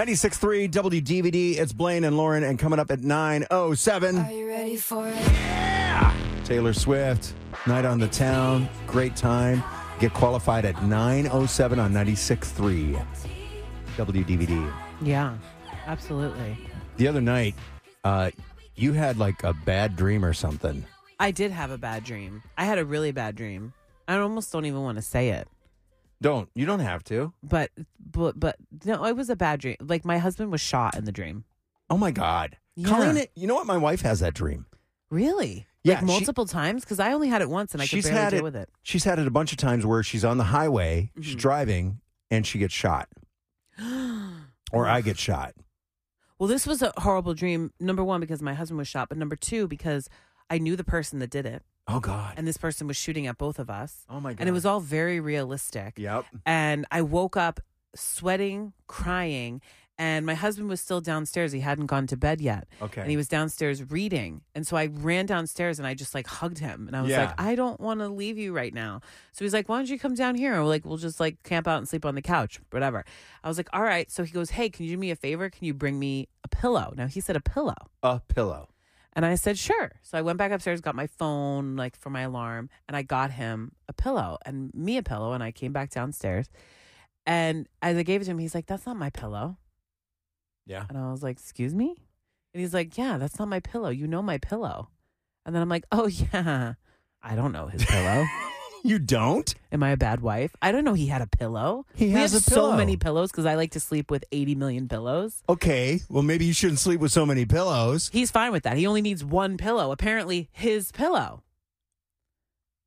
96.3 WDVD. It's Blaine and Lauren, and coming up at 9.07, Are you ready for it? Taylor Swift, Night on the Town. Great time. Get qualified at 9.07 on 96.3 WDVD. Yeah, absolutely. The other night, uh, you had like a bad dream or something. I did have a bad dream. I had a really bad dream. I almost don't even want to say it. Don't. You don't have to. But but but no, it was a bad dream. Like my husband was shot in the dream. Oh my God. Yeah. Colleen, it, you know what? My wife has that dream. Really? Yeah, like she- multiple times because I only had it once and I could she's barely had deal it, with it. She's had it a bunch of times where she's on the highway, she's Mhm. driving, and she gets shot, or I get shot. well, this was a horrible dream. Number one because my husband was shot, but number two because I knew the person that did it, Oh God. and this person was shooting at both of us, oh my God. and it was all very realistic. Yep. and I woke up sweating, crying, and my husband was still downstairs. He hadn't gone to bed yet. Okay. And he was downstairs reading. And so I ran downstairs and I just like hugged him and I was Yeah. like, I don't want to leave you right now. So he's like, Why don't you come down here? And we're like, we'll just like camp out and sleep on the couch, whatever. I was like, All right. So he goes, Hey, can you do me a favor? Can you bring me a pillow? Now he said a pillow. a pillow. And I said, sure. So I went back upstairs, got my phone, like for my alarm, and I got him a pillow and me a pillow. And I came back downstairs. And as I gave it to him, he's like, that's not my pillow. Yeah. And I was like, excuse me? And he's like, yeah, that's not my pillow. You know my pillow. And then I'm like, oh, yeah. I don't know his pillow. You don't? Am I a bad wife? I don't know he had a pillow. He we has have a pillow. so many pillows because I like to sleep with 80 million pillows. Okay. Well, maybe you shouldn't sleep with so many pillows. He's fine with that. He only needs one pillow, apparently his pillow.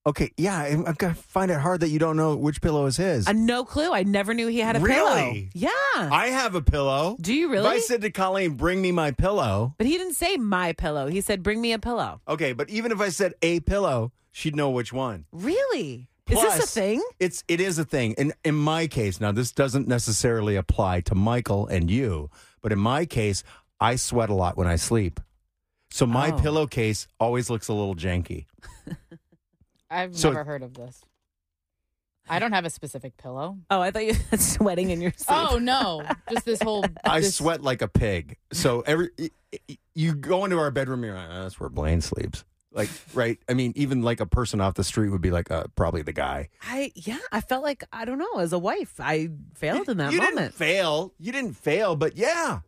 Okay. Yeah. I- I've got to find it hard that you don't know which pillow is his. Uh, no clue. I never knew he had a Really? pillow. Yeah. I have a pillow. Do you If I really? said to Colleen, bring me my pillow. but he didn't say my pillow. He said, bring me a pillow. Okay. But even if I said a pillow, she'd know which one. Really? Is this Plus- a thing? It's it is a thing. And in my case, now this doesn't necessarily apply to Michael and you, but in my case, I sweat a lot when I sleep. So my Oh. pillowcase always looks a little janky. I've So- never heard of this. I don't have a specific pillow. Oh, I thought you had sweating in your sleep. Oh no! Just this whole. I this- sweat like a pig. So every y- y- you go into our bedroom, you're like, "Oh, that's where Blaine sleeps. Like, right? I mean, even like a person off the street would be like, uh, probably the guy. I yeah, I felt like I don't know, as a wife, I failed in that you moment. didn't fail. You didn't fail, but yeah,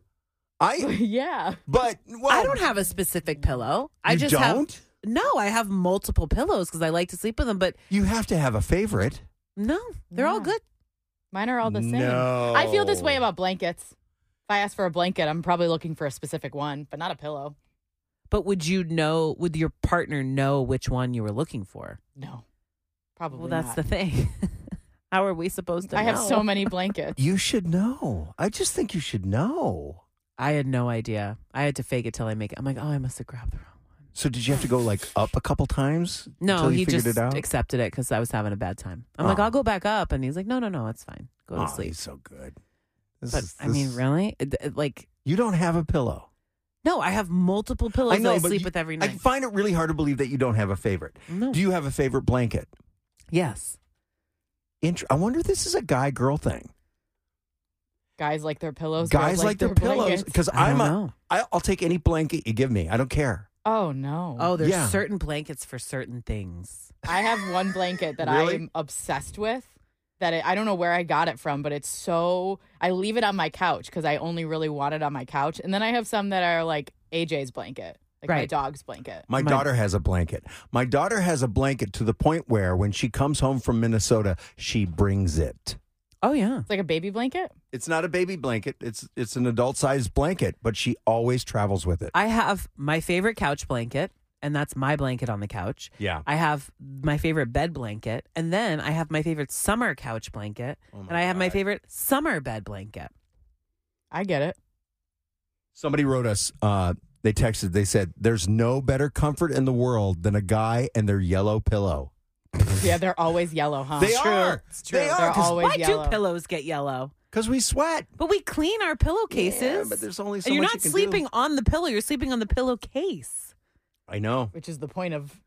I. yeah. But well, I don't have a specific pillow. I you just don't. have no, I have multiple pillows because I like to sleep with them, but You have to have a favorite. no, they're all Yeah. good. Mine are all the same. No. I feel this way about blankets. If I ask for a blanket, I'm probably looking for a specific one, but not a pillow. But would you know would your partner know which one you were looking for? No, probably. well, that's not. the thing. How are we supposed to I have know? so many blankets. You should know. I just think you should know. I had no idea. I had to fake it till I make it. I'm like, oh, I must have grabbed the wrong one. So did you have to go like up a couple times? No, until you he figured just it out. accepted it because I was having a bad time. I'm like, Oh. I'll go back up, and he's like, no, no, no, it's fine. Go to oh, sleep. he's so good. This But is- I mean, this- really, It- it- like, you don't have a pillow. no, I have multiple pillows I know, that I but sleep you- with every I night. find it really hard to believe that you don't have a favorite. no. Do you have a favorite blanket? yes, Int- I wonder if this is a guy girl thing. Guys like their pillows. Guys like their pillows blankets. because I I'm don't a know. I, I'll take any blanket you give me. I don't care. Oh no! Oh, there's Yeah. certain blankets for certain things. I have one blanket that Really? I am obsessed with. That it, I don't know where I got it from, but it's so I leave it on my couch because I only really want it on my couch. And then I have some that are like AJ's blanket, like my Right. dog's blanket. My My- daughter has a blanket. My daughter has a blanket to the point where when she comes home from Minnesota, she brings it. Oh yeah, It's like a baby blanket. It's not a baby blanket. It's it's an adult sized blanket, but she always travels with it. I have my favorite couch blanket, and that's my blanket on the couch. yeah. I have my favorite bed blanket, and then I have my favorite summer couch blanket, Oh my and I have my God. favorite summer bed blanket. I get it. Somebody wrote us. Uh, they texted. They said, "There's no better comfort in the world than a guy and their yellow pillow." Yeah, they're always yellow, huh? They are. It's true. They are They're because always Why yellow. do pillows get yellow? we sweat. But we clean our pillowcases. Yeah, but there's only so and you're much not you can do. sleeping on the pillow. You're sleeping on the pillowcase. I know. Which is the point of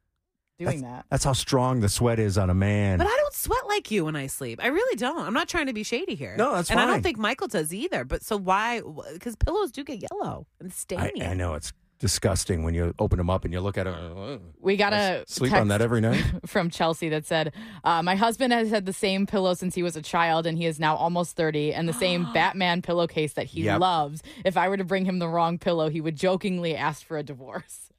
doing that. That's how strong the sweat is on a man. But I don't sweat like you when I sleep. I really don't. I'm not trying to be shady here. No, that's and I fine. don't think Michael does either. But so why? Because pillows do get yellow and I, stainy. I know it's disgusting when you open them up and you look at them. uh, We got I a s- sleep text on that every night. from Chelsea that said, uh, "My husband has had the same pillow since he was a child, and he is now almost thirty, and the same Batman pillowcase that he Yep. loves. If I were to bring him the wrong pillow, he would jokingly ask for a divorce."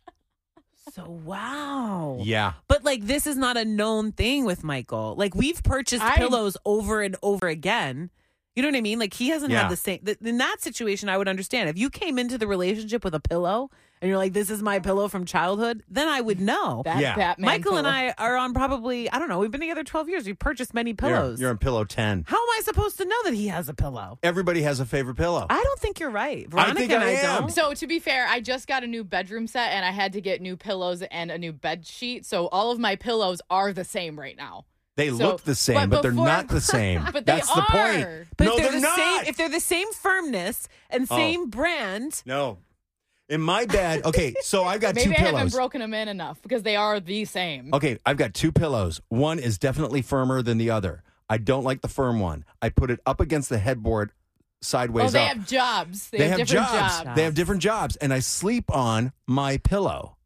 So wow. Yeah, But like this is not a known thing with Michael. Like we've purchased I- pillows over and over again. You know what I mean? Like he hasn't Yeah. had the same. Th- in that situation, I would understand if you came into the relationship with a pillow and you're like, "This is my pillow from childhood," then I would know. That Yeah. Batman. Michael and pillow. I are on probably I don't know. We've been together 12 years. We've purchased many You're- pillows. You're, on pillow ten. How am I supposed to know that he has a pillow? Everybody has a favorite pillow. I don't think you're right. I Veronica think and I I am. don't. So to be fair, I just got a new bedroom set and I had to get new pillows and a new bed sheet. So all of my pillows are the same right now. they so- look the same, but, but they're before- not the same. But they That's the are. point. But no, if they're, the not. same if they're the same firmness and Oh. same brand, no, in my bed. Okay, so I've got Maybe two I haven't pillows. broken them in enough because they are the same. Okay, I've got two pillows. One is definitely firmer than the other. I don't like the firm one. I put it up against the headboard sideways Oh, they up. have jobs. They, they have, have different jobs. jobs. They have different jobs, and I sleep on my pillow.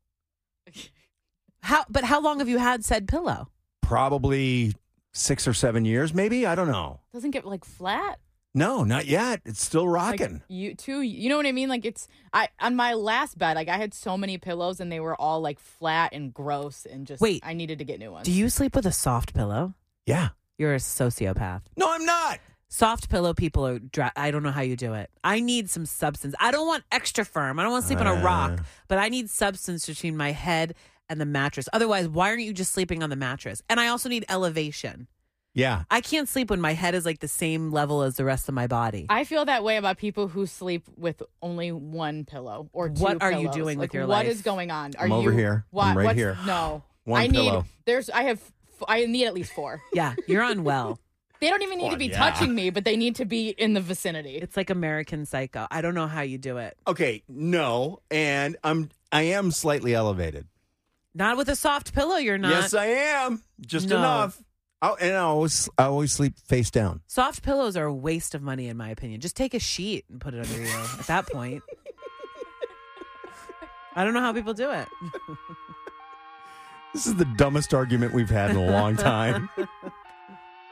how but how long have you had said pillow? Probably six or seven years, maybe. I don't know. Doesn't get like flat. No, not yet. It's still Like, rocking. you too. You know what I mean? Like it's I on my last bed. Like I had so many pillows and they were all like flat and gross and just. Wait. I needed to get new ones. Do you sleep with a soft pillow? yeah. You're a sociopath. No, I'm not. Soft pillow people are. Dra- I don't know how you do it. I need some substance. I don't want extra firm. I don't want to sleep on Uh. a rock, but I need substance between my head and the mattress. Otherwise, why aren't you just sleeping on the mattress? And I also need elevation. Yeah. I can't sleep when my head is like the same level as the rest of my body. I feel that way about people who sleep with only one pillow or two. What are you pillows. doing with Like, your What life? is going on? Are I'm over you- here. Why, I'm right what's- here. No, One I pillow. Need, there's. I have. f- I need at least four. yeah, you're unwell. They don't even need Oh, to be yeah. touching me, but they need to be in the vicinity. It's like American Psycho. I don't know how you do it. Okay. No, and I'm I am slightly elevated. Not with a soft pillow, you're not. Yes, I am. Just No. enough. Oh, and I always I always sleep face down. Soft pillows are a waste of money, in my opinion. Just take a sheet and put it under you at that point. I don't know how people do it. This is the dumbest argument we've had in a long time.